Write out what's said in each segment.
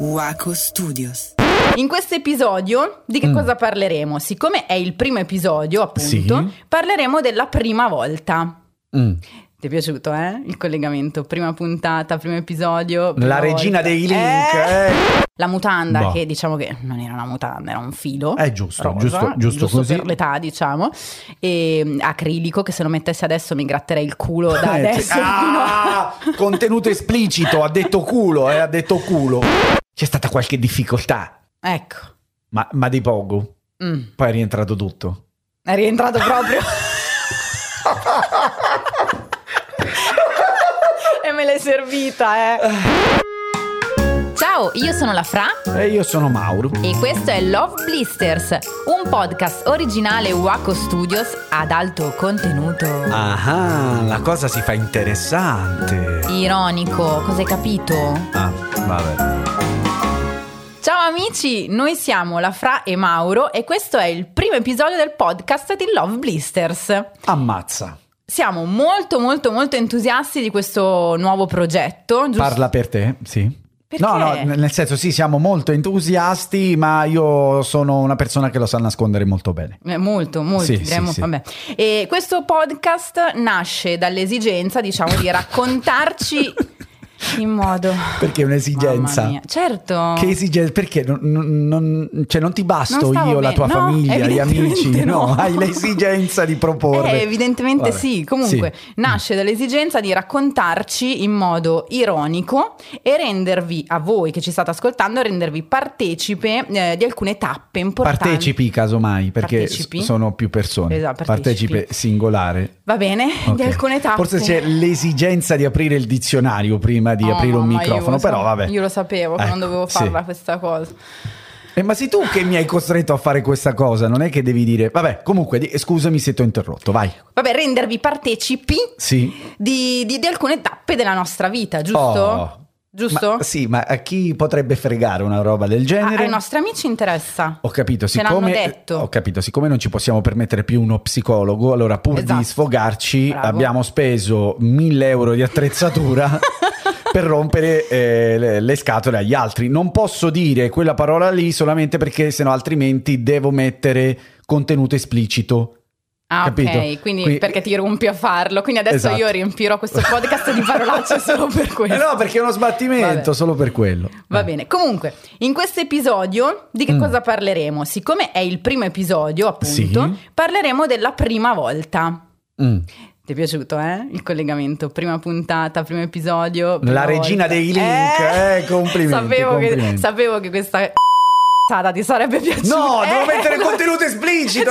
Waco Studios. In questo episodio di Mm. che cosa parleremo? Siccome è il primo episodio, appunto, Sì. parleremo della prima volta. Mm. Ti è piaciuto, eh? Il collegamento, prima puntata, primo episodio. prima La volta. regina dei link. Eh! eh. La mutanda, Boh. che diciamo che non era una mutanda, era un filo. Eh, giusto, rosa, giusto, giusto così. per l'età, diciamo. E mm, acrilico, che se lo mettessi adesso mi gratterei il culo da Eh, adesso. sì. Ah, contenuto esplicito, ha detto culo, eh, ha detto culo. C'è stata qualche difficoltà, Ecco. ma, ma di poco. Mm. Poi è rientrato tutto. È rientrato proprio. e me l'hai servita, eh. Ciao, io sono la Fra E io sono Mauro. e questo è Love Blisters, un podcast originale Waco Studios ad alto contenuto Ah, la cosa si fa interessante. ironico, cosa hai capito? Ah, vabbè. Ciao amici, noi siamo la Fra e Mauro e questo è il primo episodio del podcast di Love Blisters. Ammazza. Siamo molto molto molto entusiasti di questo nuovo progetto, giusto? Parla per te, sì. Perché? No, no, n- nel senso sì, siamo molto entusiasti, ma io sono una persona che lo sa nascondere molto bene. Eh, Molto, molto, Sì, diremmo, sì, sì. vabbè. E questo podcast nasce dall'esigenza, diciamo, di raccontarci in modo... Perché è un'esigenza. Mamma mia. Certo. Che esigenza? Perché non, non- non- cioè, non ti basto Non io, stavo la bene. tua No, famiglia, gli amici? evidentemente no. hai l'esigenza di proporre. Eh, evidentemente Vabbè. Mm. sì, comunque nasce dall'esigenza di raccontarci in modo ironico e rendervi, a voi che ci state ascoltando, rendervi partecipe eh, di alcune tappe importanti. Partecipi casomai, perché Partecipi? s- sono più persone. Esatto, partecipi. Partecipe singolare. Va bene, di Ok. alcune tappe. Forse c'è l'esigenza di aprire il dizionario prima di No, aprire un Oh, mamma, io microfono, lo so- però vabbè. Io lo sapevo che non Ecco, dovevo sì. farla questa cosa. Eh, ma sei tu che mi hai costretto a fare questa cosa, non è che devi dire... Vabbè, comunque, di- scusami se ti ho interrotto, vai. Vabbè, rendervi partecipi Sì. di, di- di alcune tappe della nostra vita, giusto? Oh. Giusto? Ma- sì, ma a chi potrebbe fregare una roba del A- genere? ai nostri amici interessa. Ho capito, Ce l'hanno siccome, detto. ho capito, siccome non ci possiamo permettere più uno psicologo, allora pur Esatto. di sfogarci Bravo. abbiamo speso 1000 euro di attrezzatura per rompere eh, le, le scatole agli altri. Non posso dire quella parola lì solamente perché sennò altrimenti devo mettere contenuto esplicito. Ah, ok, capito? quindi Qui- perché ti rompi a farlo. Quindi adesso Esatto. io riempirò questo podcast di parolacce solo per Eh questo. no, perché è uno sbattimento, Vabbè. solo per quello. Va Eh. bene, comunque, in questo episodio di che Mm. cosa parleremo? Siccome è il primo episodio, appunto, Eh, Sì. parleremo della prima volta. Mm. Ti è piaciuto, eh? Il collegamento, prima puntata, primo episodio. prima La regina volta. dei link, eh, complimenti, Sapevo, Che, complimenti. sapevo che questa c***ata ti sarebbe piaciuta. No, devo Eh, mettere lo- contenuto esplicito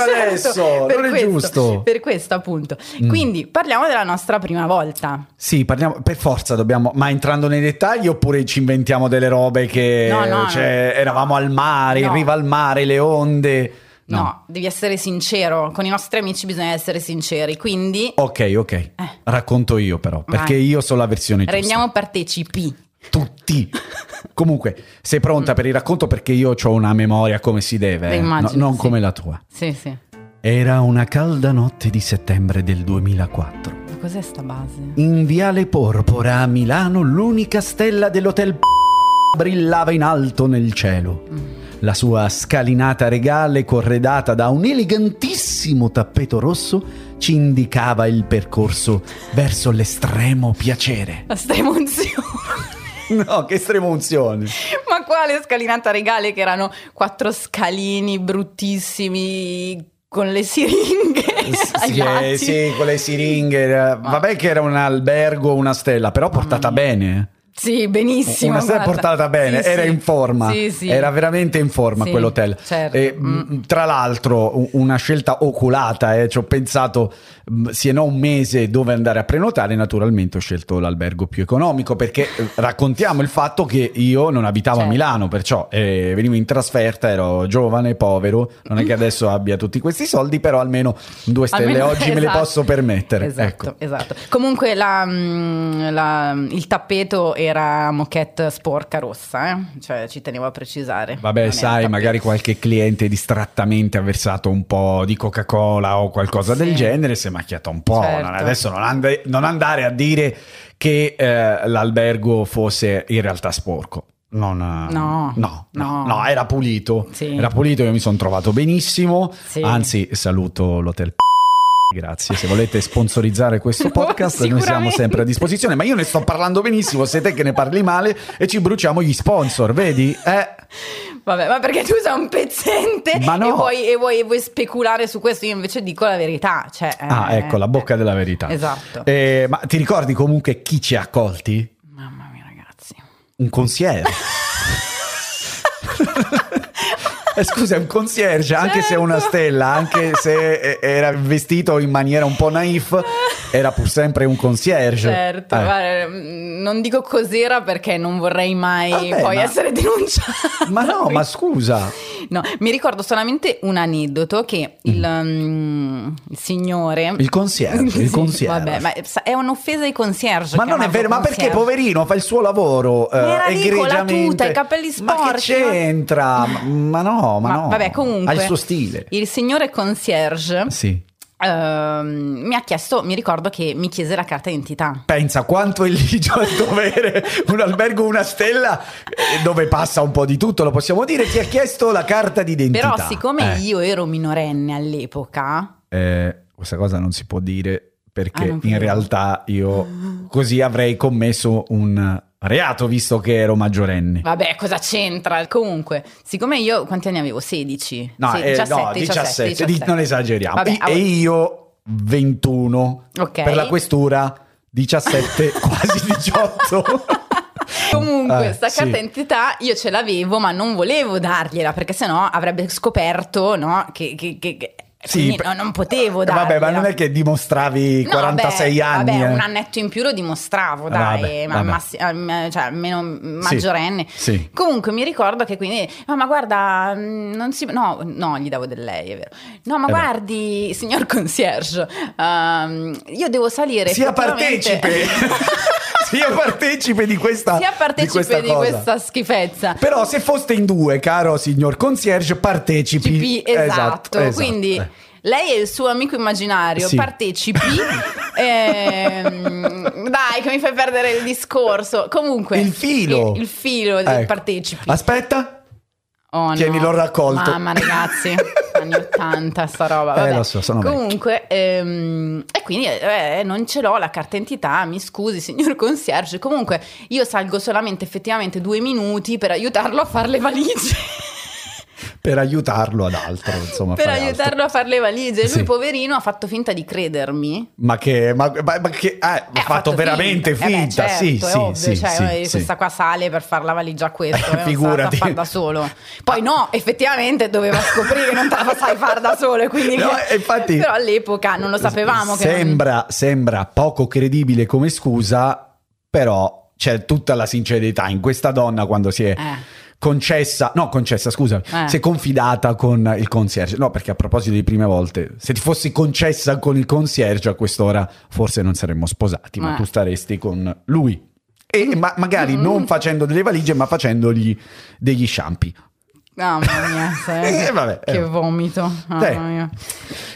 Certo, adesso, per non è questo, giusto. Per questo, appunto. Mm. Quindi parliamo della nostra prima volta. Sì, parliamo per forza dobbiamo, ma entrando nei dettagli oppure ci inventiamo delle robe che No, no, cioè, no. eravamo al mare, No. in riva al mare, le onde. No. devi essere sincero. Con i nostri amici bisogna essere sinceri. Quindi Ok, ok. Racconto io però, perché io so la versione giusta. Eh. rendiamo partecipi. tutti. Comunque, sei Mm. pronta per il racconto perché io ho una memoria come si deve, Beh, eh. immagino, No, non sì. come la tua. Sì, sì. Era una calda notte di settembre del 2004. Ma cos'è sta base? In Viale Porpora a Milano l'unica stella dell'hotel P- brillava in alto nel cielo. Mm. La sua scalinata regale, corredata da un elegantissimo tappeto rosso, ci indicava il percorso verso l'estremo piacere. La sta emozione. No, che estrema unzione! Ma quale scalinata regale che erano quattro scalini bruttissimi con le siringhe ai Sì, eh, lati. sì, con le siringhe. era- Vabbè che era un albergo, una stella, però portata bene. eh. Sì, benissimo. Una stella guarda. portata bene, Sì, era sì. in forma, Sì, sì. era veramente in forma Sì, quell'hotel. certo. E, Mm. mh, Tra l'altro u- una scelta oculata, eh, ci ho pensato mh, se no un mese dove andare a prenotare, naturalmente ho scelto l'albergo più economico perché eh, raccontiamo il fatto che io non abitavo Certo. a Milano, perciò eh, venivo in trasferta, ero giovane, povero, non è che adesso abbia tutti questi soldi, però almeno due stelle Almeno- oggi me le esatto. posso permettere. Esatto, Ecco. esatto. Comunque la, mm, la- il tappeto era moquette sporca rossa, eh? cioè ci tenevo a precisare. Vabbè, Non era sai, tappeto. magari qualche cliente distrattamente ha versato un po' di Coca-Cola o qualcosa Sì. del genere, si è macchiata un po'. Certo. Non- Adesso non, and- non andare a dire che eh, l'albergo fosse in realtà sporco. non... eh, No. No, no, No. no, era pulito. Sì. Era pulito, io mi sono trovato benissimo. Sì. Anzi, saluto l'hotel. Grazie, se volete sponsorizzare questo No, podcast noi siamo sicuramente. sempre a disposizione, ma io ne sto parlando benissimo, sei te che ne parli male e ci bruciamo gli sponsor, vedi? Eh, Vabbè, ma perché tu sei un pezzente Ma no. e, vuoi, e vuoi- e vuoi speculare su questo? Io invece dico la verità. Cioè, eh, Ah, ecco, la bocca della verità. Esatto. Eh, ma ti ricordi comunque chi ci ha accolti? Mamma mia, ragazzi. Un concierge. Eh, Scusa, è un concierge, anche se è una Certo. stella, anche se eh, era vestito in maniera un po' naif, era pur sempre un concierge. Certo, Eh. guarda, mm, non dico cos'era perché non vorrei mai Vabbè, poi ma- essere denunciata. Ma no, ma scusa. No, mi ricordo solamente un aneddoto che il, mm, il signore... Il concierge, il Sì, concierge. Vabbè, ma sa- è un'offesa ai concierge. Ma non è chiamarlo vero, ma perché concierge. poverino fa il suo lavoro eh, Ma era lì con la egregiamente. tuta, i capelli Ma che sporchi, no? c'entra? Ma ma no, ma, Ma no. vabbè, comunque- Ha il suo stile. Il signore concierge Sì. ehm, mi ha chiesto, mi ricordo che mi chiese la carta d'identità. Pensa quanto è ligio al dovere un albergo, una stella eh, dove passa un po' di tutto, lo possiamo dire. Ti ha chiesto la carta d'identità. Però siccome Eh, io ero minorenne all'epoca, eh, questa cosa non si può dire Ah, perché non in credo. realtà io così avrei commesso un reato visto che ero maggiorenne. vabbè, cosa c'entra? Comunque, siccome io quanti anni avevo? 16, No, Sì, eh, no, 17, di- non esageriamo. Vabbè, I- ah, e io 21 Ok. per la questura 17 quasi 18. Comunque, Eh, sta sì. carta d'identità io ce l'avevo, ma non volevo dargliela perché sennò avrebbe scoperto no, che, che- che- che- quindi per- no, non potevo Eh, dargliela. Vabbè, ma non è che dimostravi No, 46 vabbè, anni. Vabbè, eh. un annetto in più lo dimostravo, Vabbè, dai, ma vabbè. massi- eh, cioè, almeno Sì, maggiorenne. Sì. Comunque mi ricordo che quindi, "Ah, ma guarda, mh, non si, no, no, gli davo del lei, è vero. No, ma Eh beh. guardi, signor concierge, ehm, io devo salire. Sia effettivamente- partecipe. Sia partecipe di questa Sia di partecipe questa di cosa. questa schifezza. Però se foste in due, caro signor concierge, partecipi. GP, esatto. esatto, Quindi eh. lei e il suo amico immaginario Sì. partecipi. ehm, dai, che mi fai perdere il discorso. Comunque, Il filo. il, il filo Ecco. del partecipi. Aspetta. Oh, no. tienilo raccolto. Mamma, ragazzi, anni 80, sta roba. Eh, Vabbè. lo so, sono vecchio. Comunque, ehm, e quindi eh, non ce l'ho la carta entità. Mi scusi, signor concierge. Comunque, io salgo solamente effettivamente due minuti per aiutarlo a fare le valigie. per aiutarlo ad altro, insomma. a per fare altro. aiutarlo a fare le valigie. Lui, Sì. poverino, ha fatto finta di credermi. Ma che, ma, ma- ma che- ah, ha Eh, fatto, veramente Eh beh, finta, certo, sì, è sì, ovvio, sì, cioè, sì, eh, sì. questa qua sale per far la valigia a questo, Eh, eh, non se la figurati. sa far da solo. Poi no, effettivamente doveva scoprire che non te la sai far da solo, e quindi No, eh, infatti- però all'epoca non lo sapevamo che non- sembra, sembra poco credibile come scusa, però c'è tutta la sincerità in questa donna quando si è Eh, concessa, no concessa scusa, Eh. si è confidata con il concierge, no perché a proposito di prime volte, se ti fossi concessa con il concierge a quest'ora forse non saremmo sposati, ma Eh. tu staresti con lui. E ma- magari non facendo delle valigie, ma facendogli degli sciampi. mamma mia, sai, Eh, vabbè, eh. che vomito. mamma Eh. mia.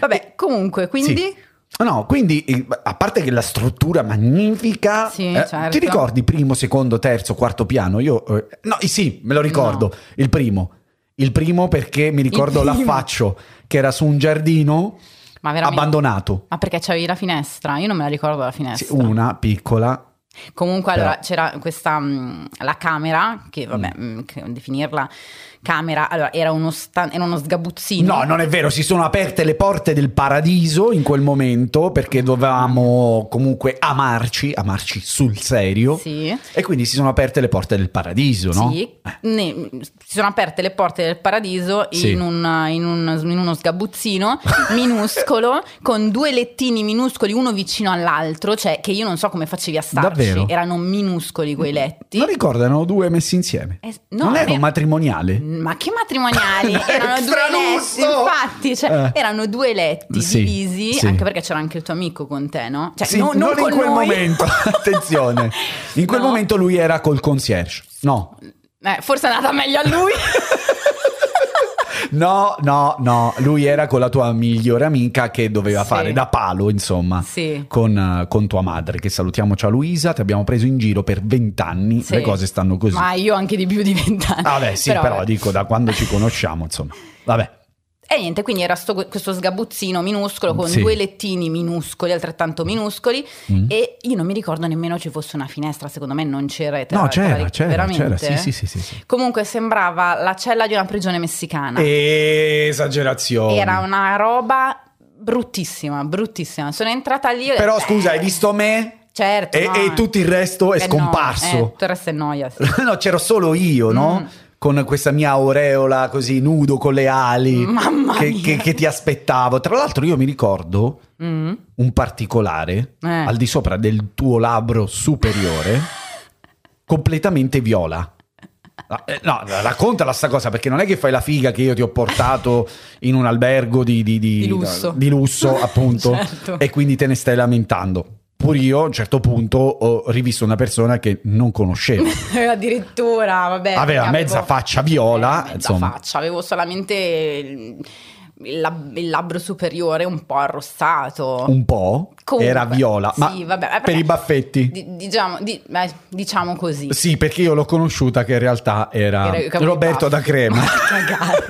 Vabbè, comunque, quindi No, quindi eh, a parte che la struttura magnifica, eh, Sì, certo. ti ricordi primo, secondo, terzo, quarto piano? Io, eh, no, eh, sì, me lo ricordo. No. Il primo, il primo perché mi ricordo Il primo. l'affaccio che era su un giardino ma veramente abbandonato, ma perché c'avevi la finestra? Io non me la ricordo la finestra. Sì, una piccola. Comunque, Però- Mm. allora c'era questa mh, la camera, che vabbè, mh, che definirla camera, allora era uno, sta- era uno sgabuzzino. No, non è vero, si sono aperte le porte del paradiso in quel momento perché dovevamo comunque amarci, amarci sul serio. Sì. E quindi si sono aperte le porte del paradiso, no? Eh. Sì, Ne- si sono aperte le porte del paradiso Sì. in, un- in un- in uno sgabuzzino minuscolo con due lettini minuscoli uno vicino all'altro, cioè che io non so come facevi a starci, Davvero? erano minuscoli quei letti. Non ricordano due messi insieme. Eh, no, non era ne- un matrimoniale? Ma che matrimoniali? No, erano due extralusso! letti, infatti, cioè, Eh. erano due letti Sì, divisi, sì. anche perché c'era anche il tuo amico con te, no? Cioè, Sì, no- non, in con quel noi. momento, attenzione. In quel No. momento lui era col concierge. No. Eh, forse è andata meglio a lui. No, no, no, lui era con la tua migliore amica che doveva Sì. fare da palo, insomma. Sì. Con, eh, con tua madre, che salutiamo, ciao Luisa, ti abbiamo preso in giro per vent'anni, Sì. le cose stanno così. Ma io anche di più di vent'anni. Ah, beh, sì, Però, però, vabbè. dico da quando ci conosciamo, insomma. Vabbè. E niente, quindi era sto- questo sgabuzzino minuscolo con Sì. due lettini minuscoli, altrettanto minuscoli, Mm. e io non mi ricordo nemmeno ci fosse una finestra, secondo me non c'era. tra- No, tra c'era, le- c'era, ecco, veramente? eh. c'era, sì, sì, sì, sì, sì. Comunque sembrava la cella di una prigione messicana. Esagerazione. Era una roba bruttissima, bruttissima. Sono entrata lì e ho Però detto, scusa, "Beh, hai visto me? Certo. E- no, e eh." tutto il resto è Eh no, scomparso. eh, tutto il resto è noia. sì. no, c'ero solo io, no? Mm. Con questa mia aureola così nudo con le ali Mm. Mamma che, mia. che- che ti aspettavo. Tra l'altro, io mi ricordo Mm. un particolare Eh. al di sopra del tuo labbro superiore, completamente viola. Ah, eh, No, raccontala sta cosa perché non è che fai la figa che io ti ho portato in un albergo di, di- di- Di lusso. di lusso, appunto, Certo. e quindi te ne stai lamentando. Pur io a un certo punto ho rivisto una persona che non conoscevo. Addirittura, vabbè. Aveva Eh, avevo- Eh, mezza faccia viola, mezza insomma. faccia, avevo solamente il, il lab- il labbro superiore un po' arrossato. Un po', Comunque, era viola, sì, ma vabbè, eh, perché- per i baffetti. Di- diciamo, di- beh, diciamo così. Sì, perché io l'ho conosciuta che in realtà era Era Esatto. il capo Ah, Roberto di da Baffi. Crema. Ma cagare.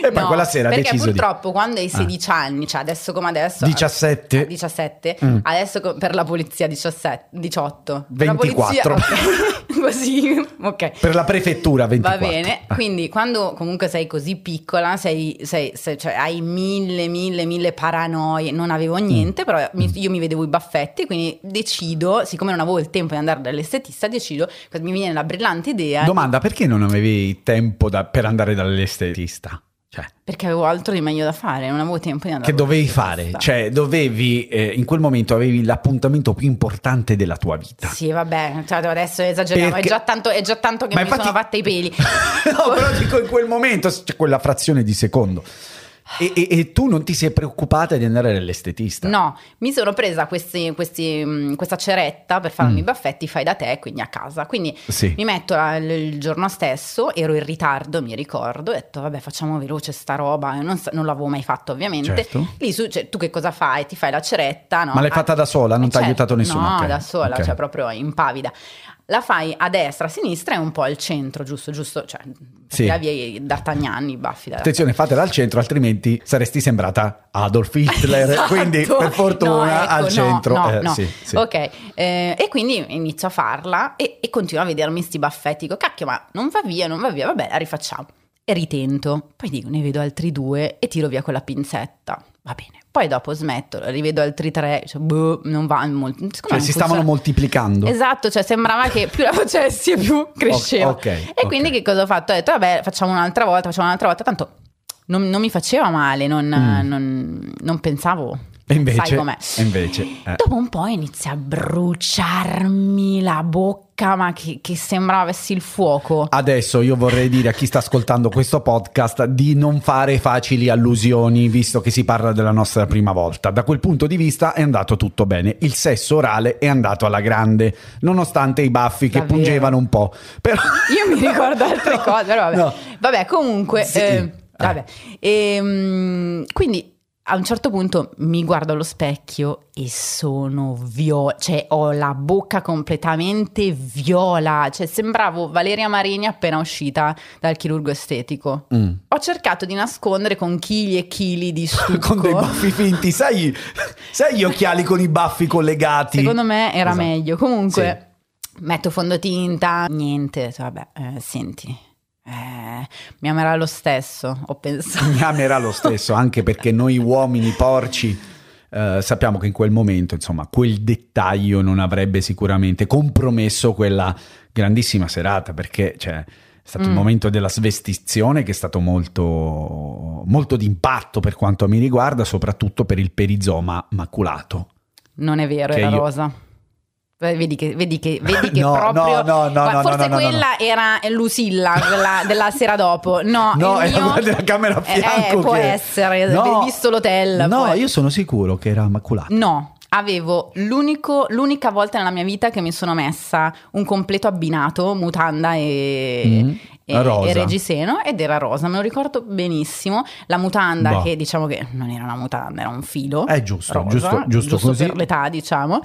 E poi quella sera ha perché deciso di- purtroppo quando hai Ah. 16 anni, cioè adesso come adesso Ah, 17. 17, Mm. adesso co- per la polizia 17, 18. Per la 24. polizia- ok. Così, ok. Per la prefettura 24. Va bene, Ah, quindi quando comunque sei così piccola, sei, sei- sei- cioè, hai mille, mille, mille paranoie, non avevo Mm. niente, però mi- io mi vedevo i baffetti, quindi decido, siccome non avevo il tempo di andare dall'estetista, decido, mi viene la brillante idea, Domanda, perché non avevi tempo da- per andare dall'estetista? Cioè, perché avevo altro di meglio da fare, non avevo tempo di andare. che dovevi fare? dall'estetista. Cioè, dovevi, eh, in quel momento avevi l'appuntamento più importante della tua vita. Sì, vabbè, cioè, adesso esageriamo, certo. Perché- è, già tanto, è già tanto che Ma mi infatti- sono fatta i peli. no, però dico in quel momento, cioè, quella frazione di secondo. E, e- e tu non ti sei preoccupata di andare dall'estetista? No, mi sono presa questi- questi, mh, questa ceretta per farmi Mm. i baffetti fai da te, quindi a casa. Quindi Sì. mi metto la- il il giorno stesso, ero in ritardo, mi ricordo, ho detto vabbè facciamo veloce sta roba, non, sa- non l'avevo mai fatto ovviamente. Certo. Lì su- cioè, tu che cosa fai? Ti fai la ceretta, no? Ma l'hai Ah, fatta da sola? Non ti ha certo, aiutato nessuno? No, Ok, da sola, ok. cioè proprio impavida. La fai a destra, a sinistra e un po' al centro, giusto? Giusto? Cioè, Sì. sì. la via i d'Artagnan, i baffi da Attenzione, fatela al centro, altrimenti saresti sembrata Adolf Hitler. Esatto. Quindi, per No, fortuna, ecco, al no, centro. no, eh, no. sì, sì. Ok, eh, e quindi inizio a farla e, e continuo a vedermi sti baffetti. Dico, cacchio, ma non va via, non va via, vabbè, la rifacciamo. E ritento. Poi dico, ne vedo altri due e tiro via con la pinzetta. Va bene. Poi dopo smetto, rivedo altri tre, cioè, boh, non va molto. secondo me Cioè, non si stavano funziona. moltiplicando. Esatto, cioè sembrava che più la facessi e più cresceva. O- ok, e ok. quindi che cosa ho fatto? Ho detto, vabbè, facciamo un'altra volta, facciamo un'altra volta, tanto non, non mi faceva male, non, Mm. non- non pensavo. E invece, Sai com'è. e invece, eh. Dopo un po' inizia a bruciarmi la bocca, ma che, che sembrava avessi il Ah. fuoco. Adesso io vorrei dire a chi sta ascoltando questo podcast di non fare facili allusioni, visto che si parla della nostra prima volta. Da quel punto di vista è andato tutto bene. Il sesso orale è andato alla grande, nonostante i baffi che Davvero? pungevano un po'. Però... Io mi ricordo altre No, cose, però vabbè. no. Vabbè, comunque. Sì. eh, Ah. vabbè. Ehm, quindi a un certo punto mi guardo allo specchio e sono viola, cioè ho la bocca completamente viola, cioè sembravo Valeria Marini appena uscita dal chirurgo estetico. Mm. Ho cercato di nascondere con chili e chili di stucco. Con dei baffi finti, sai, sai gli occhiali con i baffi collegati? Secondo me era Esatto. meglio. Comunque, metto fondotinta, niente. cioè, Vabbè, eh, senti, eh, mi amerà lo stesso. Ho pensato. Mi amerà lo stesso, anche perché noi uomini porci eh, sappiamo che in quel momento, insomma, quel dettaglio non avrebbe sicuramente compromesso quella grandissima serata, perché cioè, è stato il Mm. momento della svestizione che è stato molto, molto d'impatto per quanto mi riguarda, soprattutto per il perizoma maculato. Non è vero, Che era io- rosa. Eh, Vedi che, vedi che, vedi che No, no, proprio. no, no, Guarda, no, forse no, no, no, quella era Lucilla della, della sera dopo. No, No, il era mio- quella della camera a Eh, eh, fianco può che- essere, No. visto l'hotel. può No, essere. io sono sicuro che era maculato. No, avevo l'unico- l'unica volta nella mia vita che mi sono messa un completo abbinato, mutanda e, Mm. e, Rosa. e Regiseno ed era rosa, me lo ricordo benissimo. La mutanda, Boh. che diciamo che non era una mutanda, era un filo. È Eh, giusto, rosa, giusto, giusto così. per l'età, diciamo.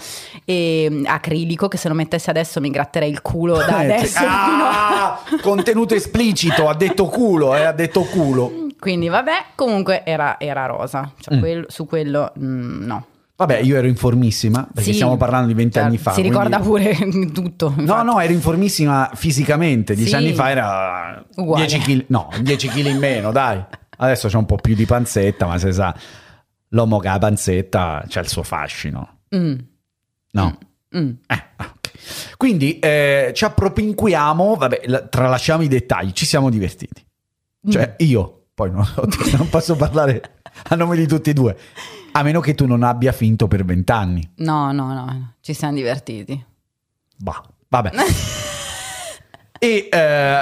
E mm, acrilico, che se lo mettessi adesso mi gratterei il culo da Eh, adesso. sì. fino a- Ah, contenuto esplicito, ha detto culo, eh, ha detto culo. Quindi vabbè, comunque era, era rosa. Cioè, Mm. quello- su quello mm, no. Vabbè, io ero informissima, perché Sì, stiamo parlando di vent'anni cioè, fa. Si quindi- ricorda pure tutto. No, infatti. no, ero informissima fisicamente. Dieci Sì. anni fa era Uguale. 10 kg. No, 10 kg in meno, dai. Adesso c'è un po' più di panzetta, ma si sa, l'uomo che ha la panzetta c'è il suo fascino. Mm, No. mm. Eh, ah, ok. Quindi eh, ci appropinquiamo, vabbè, la- tralasciamo i dettagli, ci siamo divertiti. Cioè, io poi non, non posso parlare a nome di tutti e due, a meno che tu non abbia finto per vent'anni. No, no, no, ci siamo divertiti. Bah, vabbè. E eh,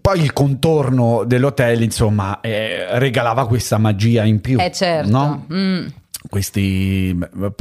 poi il contorno dell'hotel, insomma, eh, regalava questa magia in più. Eh certo. no? Mm. Questi...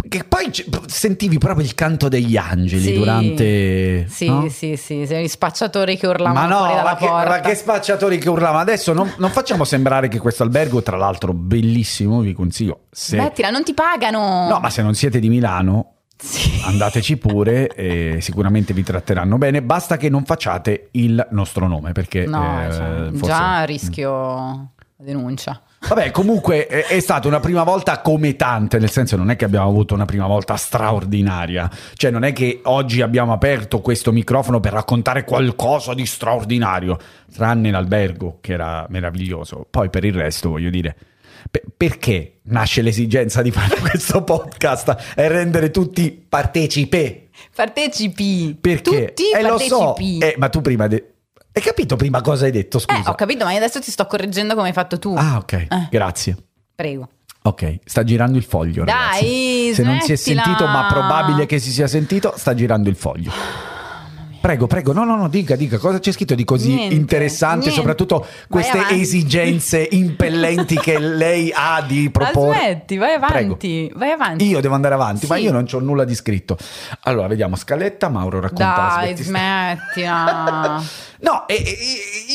Che poi c- sentivi proprio il canto degli angeli Sì. durante... Sì, no? sì, sì, sì, gli spacciatori che urlavano Ma no, fuori dalla ma che, porta. ma che spacciatori che urlavano. Adesso non, non facciamo sembrare che questo albergo, tra l'altro bellissimo, vi consiglio. Se... Smettila, non ti pagano. No, ma se non siete di Milano, Sì. andateci pure, eh, sicuramente vi tratteranno bene. Basta che non facciate il nostro nome perché No, eh, cioè, forse- già rischio denuncia. Vabbè, comunque è, è stata una prima volta come tante, nel senso non è che abbiamo avuto una prima volta straordinaria, cioè non è che oggi abbiamo aperto questo microfono per raccontare qualcosa di straordinario, tranne l'albergo che era meraviglioso. Poi per il resto, voglio dire, pe- perché nasce l'esigenza di fare questo podcast e rendere tutti partecipe? Partecipi. Perché? Tutti eh, lo so. partecipi. Eh, ma tu prima. de- Hai capito prima cosa hai detto? Scusa. Eh, ho capito, ma io adesso ti sto correggendo come hai fatto tu. Ah, ok. Eh. Grazie. Prego. Ok, sta girando il foglio. ragazzi. Dai, Se non si è smettila. sentito, ma probabile che si sia sentito, sta girando il foglio. Prego, prego, no, no, no, dica, dica, cosa c'è scritto di così Ah, Niente, interessante, niente. soprattutto queste Vai avanti. esigenze impellenti che lei ha di proporre. Ma smetti, vai Prego. avanti, vai avanti. Io devo andare avanti, ma Sì. io non ho nulla di scritto. Allora, vediamo, scaletta, Mauro racconta. la Dai, smetti- smettila. No, e- e-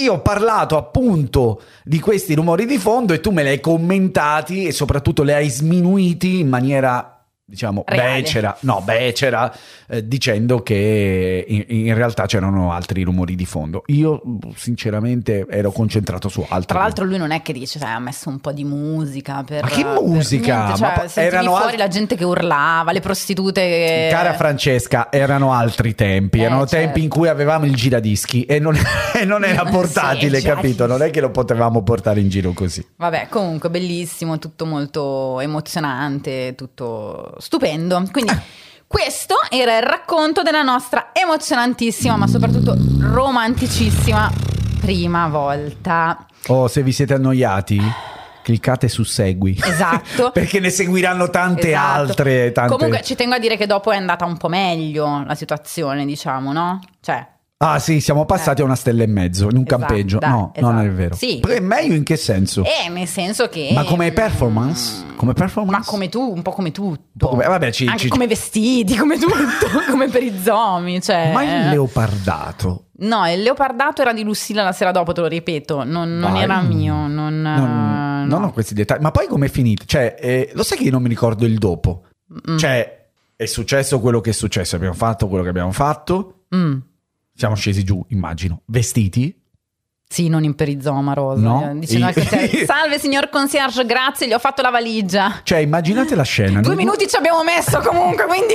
io ho parlato appunto di questi rumori di fondo e tu me li hai commentati e soprattutto li hai sminuiti in maniera diciamo Reale. becera, no, becera, eh, dicendo che in, in realtà c'erano altri rumori di fondo. Io sinceramente ero concentrato su altri. Tra l'altro lui non è che dice, sai, ha messo un po' di musica per... Ma che per musica? niente, Ma cioè, po- sentivi erano fuori al- la gente che urlava, le prostitute che... Cara Francesca, erano altri tempi, Eh, erano certo. tempi in cui avevamo il giradischi e non, e non era Sì, cioè. portatile, il capito? Non è giradischi. che lo potevamo portare in giro così. Vabbè, comunque bellissimo, tutto molto emozionante, tutto stupendo. Quindi questo era il racconto della nostra emozionantissima, ma soprattutto romanticissima prima volta. Oh, se vi siete annoiati, cliccate su segui. Esatto. Perché ne seguiranno tante Esatto. altre. Tante... Comunque ci tengo a dire che dopo è andata un po' meglio la situazione, diciamo, no? Cioè, Ah, sì, siamo passati Eh. a una stella e mezzo in un Esatto, campeggio. dai, no, esatto. non è vero. Sì. Perché è meglio in che senso? eh, nel senso che... Ma come performance? Mm, Come performance? Ma come tu, un po' come tutto. po' come- vabbè, ci- Anche ci- come vestiti, come tutto, come per i zombie, cioè... Ma il leopardato. No, il leopardato era di Lucilla la sera dopo, te lo ripeto, non, non Vai. era mio, non... Ah, eh, Non, non ho questi dettagli. Ma poi com'è finito? Cioè, eh, lo sai che io non mi ricordo il dopo. Mm, Cioè, è successo quello che è successo. Abbiamo fatto quello che abbiamo fatto. mm. Siamo scesi giù, immagino. Vestiti. Sì, non in perizoma, Rosa. eh, No. Dicendo al Io- concierge, Salve signor concierge, grazie, gli ho fatto la valigia. Cioè, immaginate la scena. Due Noi- minuti ci abbiamo messo comunque, quindi...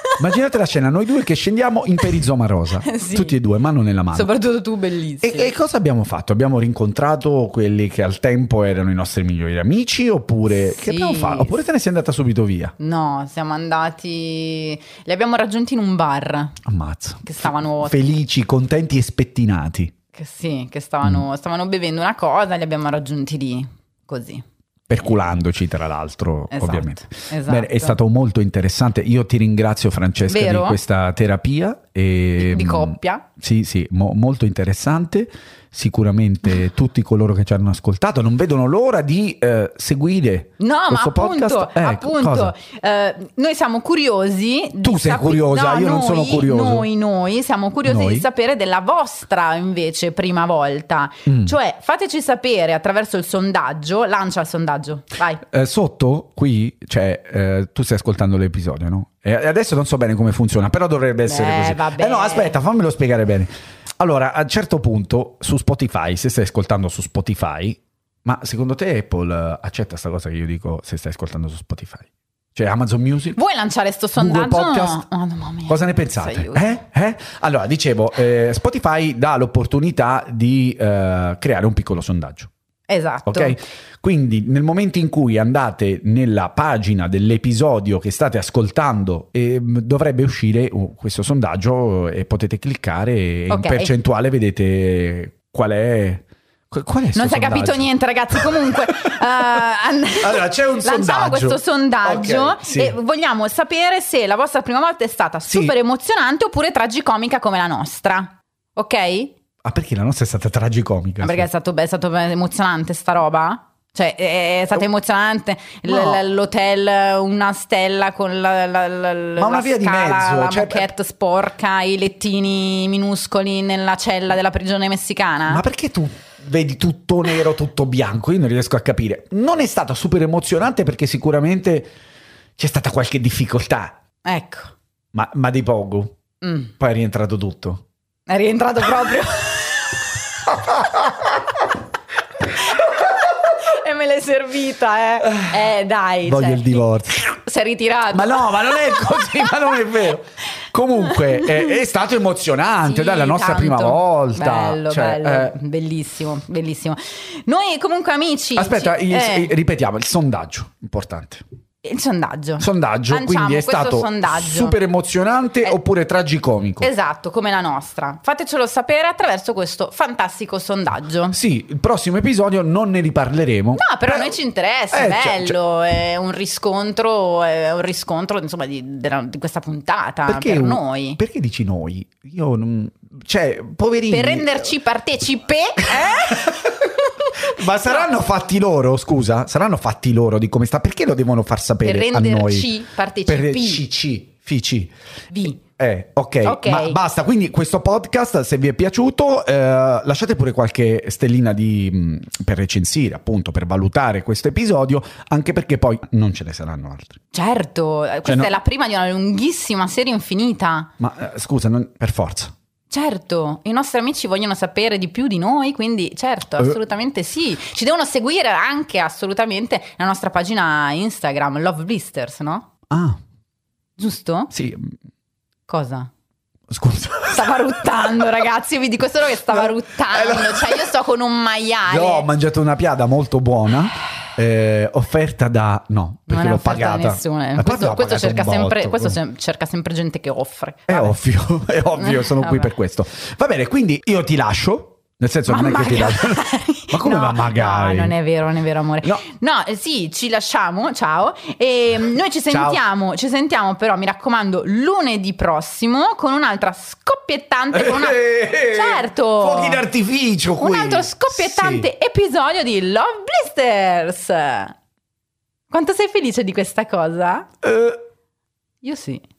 Immaginate la scena, noi due che scendiamo in perizoma rosa, Eh, Sì. tutti e due, mano nella mano. Soprattutto tu, E, bellissimo. e cosa abbiamo fatto? Abbiamo rincontrato quelli che al tempo erano i nostri migliori amici oppure... Sì. Che abbiamo fatto? Oppure te ne sei andata subito via? No, siamo andati... Li abbiamo raggiunti in un bar, Ammazza. Che stavano- Felici, contenti e spettinati. Mm. che sì, che stavano, stavano bevendo una cosa, li abbiamo raggiunti lì, così. Perculandoci, tra l'altro, Esatto, ovviamente. esatto. Bene, è stato molto interessante. Io ti ringrazio, Francesca, Vero? di questa terapia. E, di mm, coppia. Sì, sì, mo- molto interessante. Sicuramente tutti coloro che ci hanno ascoltato non vedono l'ora di eh, seguire No, ma questo podcast. appunto, Eh, appunto cosa? eh, noi siamo curiosi. di Tu sei sape- curiosa, No, io non noi- sono curioso. Noi, noi siamo curiosi Noi? di sapere della vostra invece prima volta. Mm. Cioè, fateci sapere attraverso il sondaggio, lancia il sondaggio, vai. Eh, sotto qui c'è, eh, tu stai ascoltando l'episodio, no? E adesso non so bene come funziona, però dovrebbe essere Beh, così. vabbè. Eh no, aspetta, fammelo spiegare bene. Allora, a un certo punto su Spotify, se stai ascoltando su Spotify, ma secondo te Apple eh, accetta sta cosa che io dico se stai ascoltando su Spotify? Cioè Amazon Music? Vuoi lanciare sto Google sondaggio? Podcast? No, no, mamma mia. Cosa ne Sì, pensate? aiuto. Eh? Eh? Allora, dicevo, eh, Spotify dà l'opportunità di eh, creare un piccolo sondaggio. Esatto. Eh? Ok? Quindi nel momento in cui andate nella pagina dell'episodio che state ascoltando, ehm, dovrebbe uscire uh, questo sondaggio e potete cliccare e in Ok. percentuale vedete qual è. qu- Qual è sto Non si è sondaggio? capito niente, ragazzi. Comunque, eh, and- Allora, c'è un lanciamo sondaggio. questo sondaggio Ok, sì. e vogliamo sapere se la vostra prima volta è stata Sì. super emozionante oppure tragicomica come la nostra. Ok? Ah, perché la nostra è stata tragicomica? Ma perché è stato, be- è stato be- emozionante sta roba? Cioè, è è stata emozionante l- No. l- l'hotel, una stella con la, la, la- la una via di scala, mezzo, la cioè- moquette sporca, i lettini minuscoli nella cella della prigione messicana. Ma perché tu vedi tutto nero, tutto bianco? Io non riesco a capire. Non è stato super emozionante perché sicuramente c'è stata qualche difficoltà, Ecco, ma, ma di poco. Mm. Poi è rientrato tutto. è rientrato proprio. e me l'hai servita, eh. Eh, dai. Voglio cioè, il divorzio. Si è ritirato. Ma no, ma non è così, ma non è vero. Comunque è, è stato emozionante, Sì, dai, la nostra tanto. prima volta. Bello, Cioè, bello, eh, bellissimo, bellissimo. Noi comunque amici... aspetta, ci- il- eh, il- ripetiamo, il sondaggio, importante. il sondaggio. Sondaggio, Lanciamo quindi è questo stato sondaggio. super emozionante Eh. oppure tragicomico. Esatto, come la nostra. Fatecelo sapere attraverso questo fantastico sondaggio. Sì, il prossimo episodio non ne riparleremo. No, però a noi ci interessa, Eh, è cioè, bello, è un riscontro, è un riscontro insomma di, della- di questa puntata Perché, per un- noi. perché dici noi? Io non... Cioè, poverini. Per renderci partecipe, eh? Ma saranno fatti loro, scusa? Saranno fatti loro di come sta? Perché lo devono far sapere per a noi? renderci Per partecipi. CC, FIC. Vi. Eh, ok, Ok. ma basta. Quindi questo podcast, se vi è piaciuto, eh, lasciate pure qualche stellina di, mh, per recensire, appunto, per valutare questo episodio, anche perché poi non ce ne saranno altri. Certo, eh, questa Cioè, no- è la prima di una lunghissima serie infinita. Ma eh, scusa, non- per forza. Certo, i nostri amici vogliono sapere di più di noi, quindi certo, Eh. assolutamente sì. Ci devono seguire anche assolutamente la nostra pagina Instagram, Love Blisters, no? Ah, Giusto? sì, mh, Cosa? scusa. Stava ruttando, ragazzi. Io vi dico solo che stava No. ruttando. Eh, no. Cioè, io sto con un maiale. Io ho mangiato una piada molto buona, eh, offerta da... No, perché non è l'ho offerta da pagata. nessuno. eh. Ma poi Questo, abbiamo questo pagato cerca un sempre, botto, Eh, questo quindi. sem- cerca sempre gente che offre. È Vabbè. ovvio, è ovvio, sono qui Vabbè. per questo. Va bene, quindi io ti lascio. Nel senso, Ma non è che ti magari. lascio. Ma come No, va magari? No, non è vero, non è vero, amore. No. No, eh, sì, ci lasciamo, ciao. E mm, noi ci Ciao. sentiamo, ci sentiamo però, mi raccomando, lunedì prossimo con un'altra scoppiettante con una- Eh, Certo. Fuochi d'artificio qui. un altro scoppiettante episodio di Love Blisters. Quanto sei felice di questa cosa? Sì. Eh, Io sì.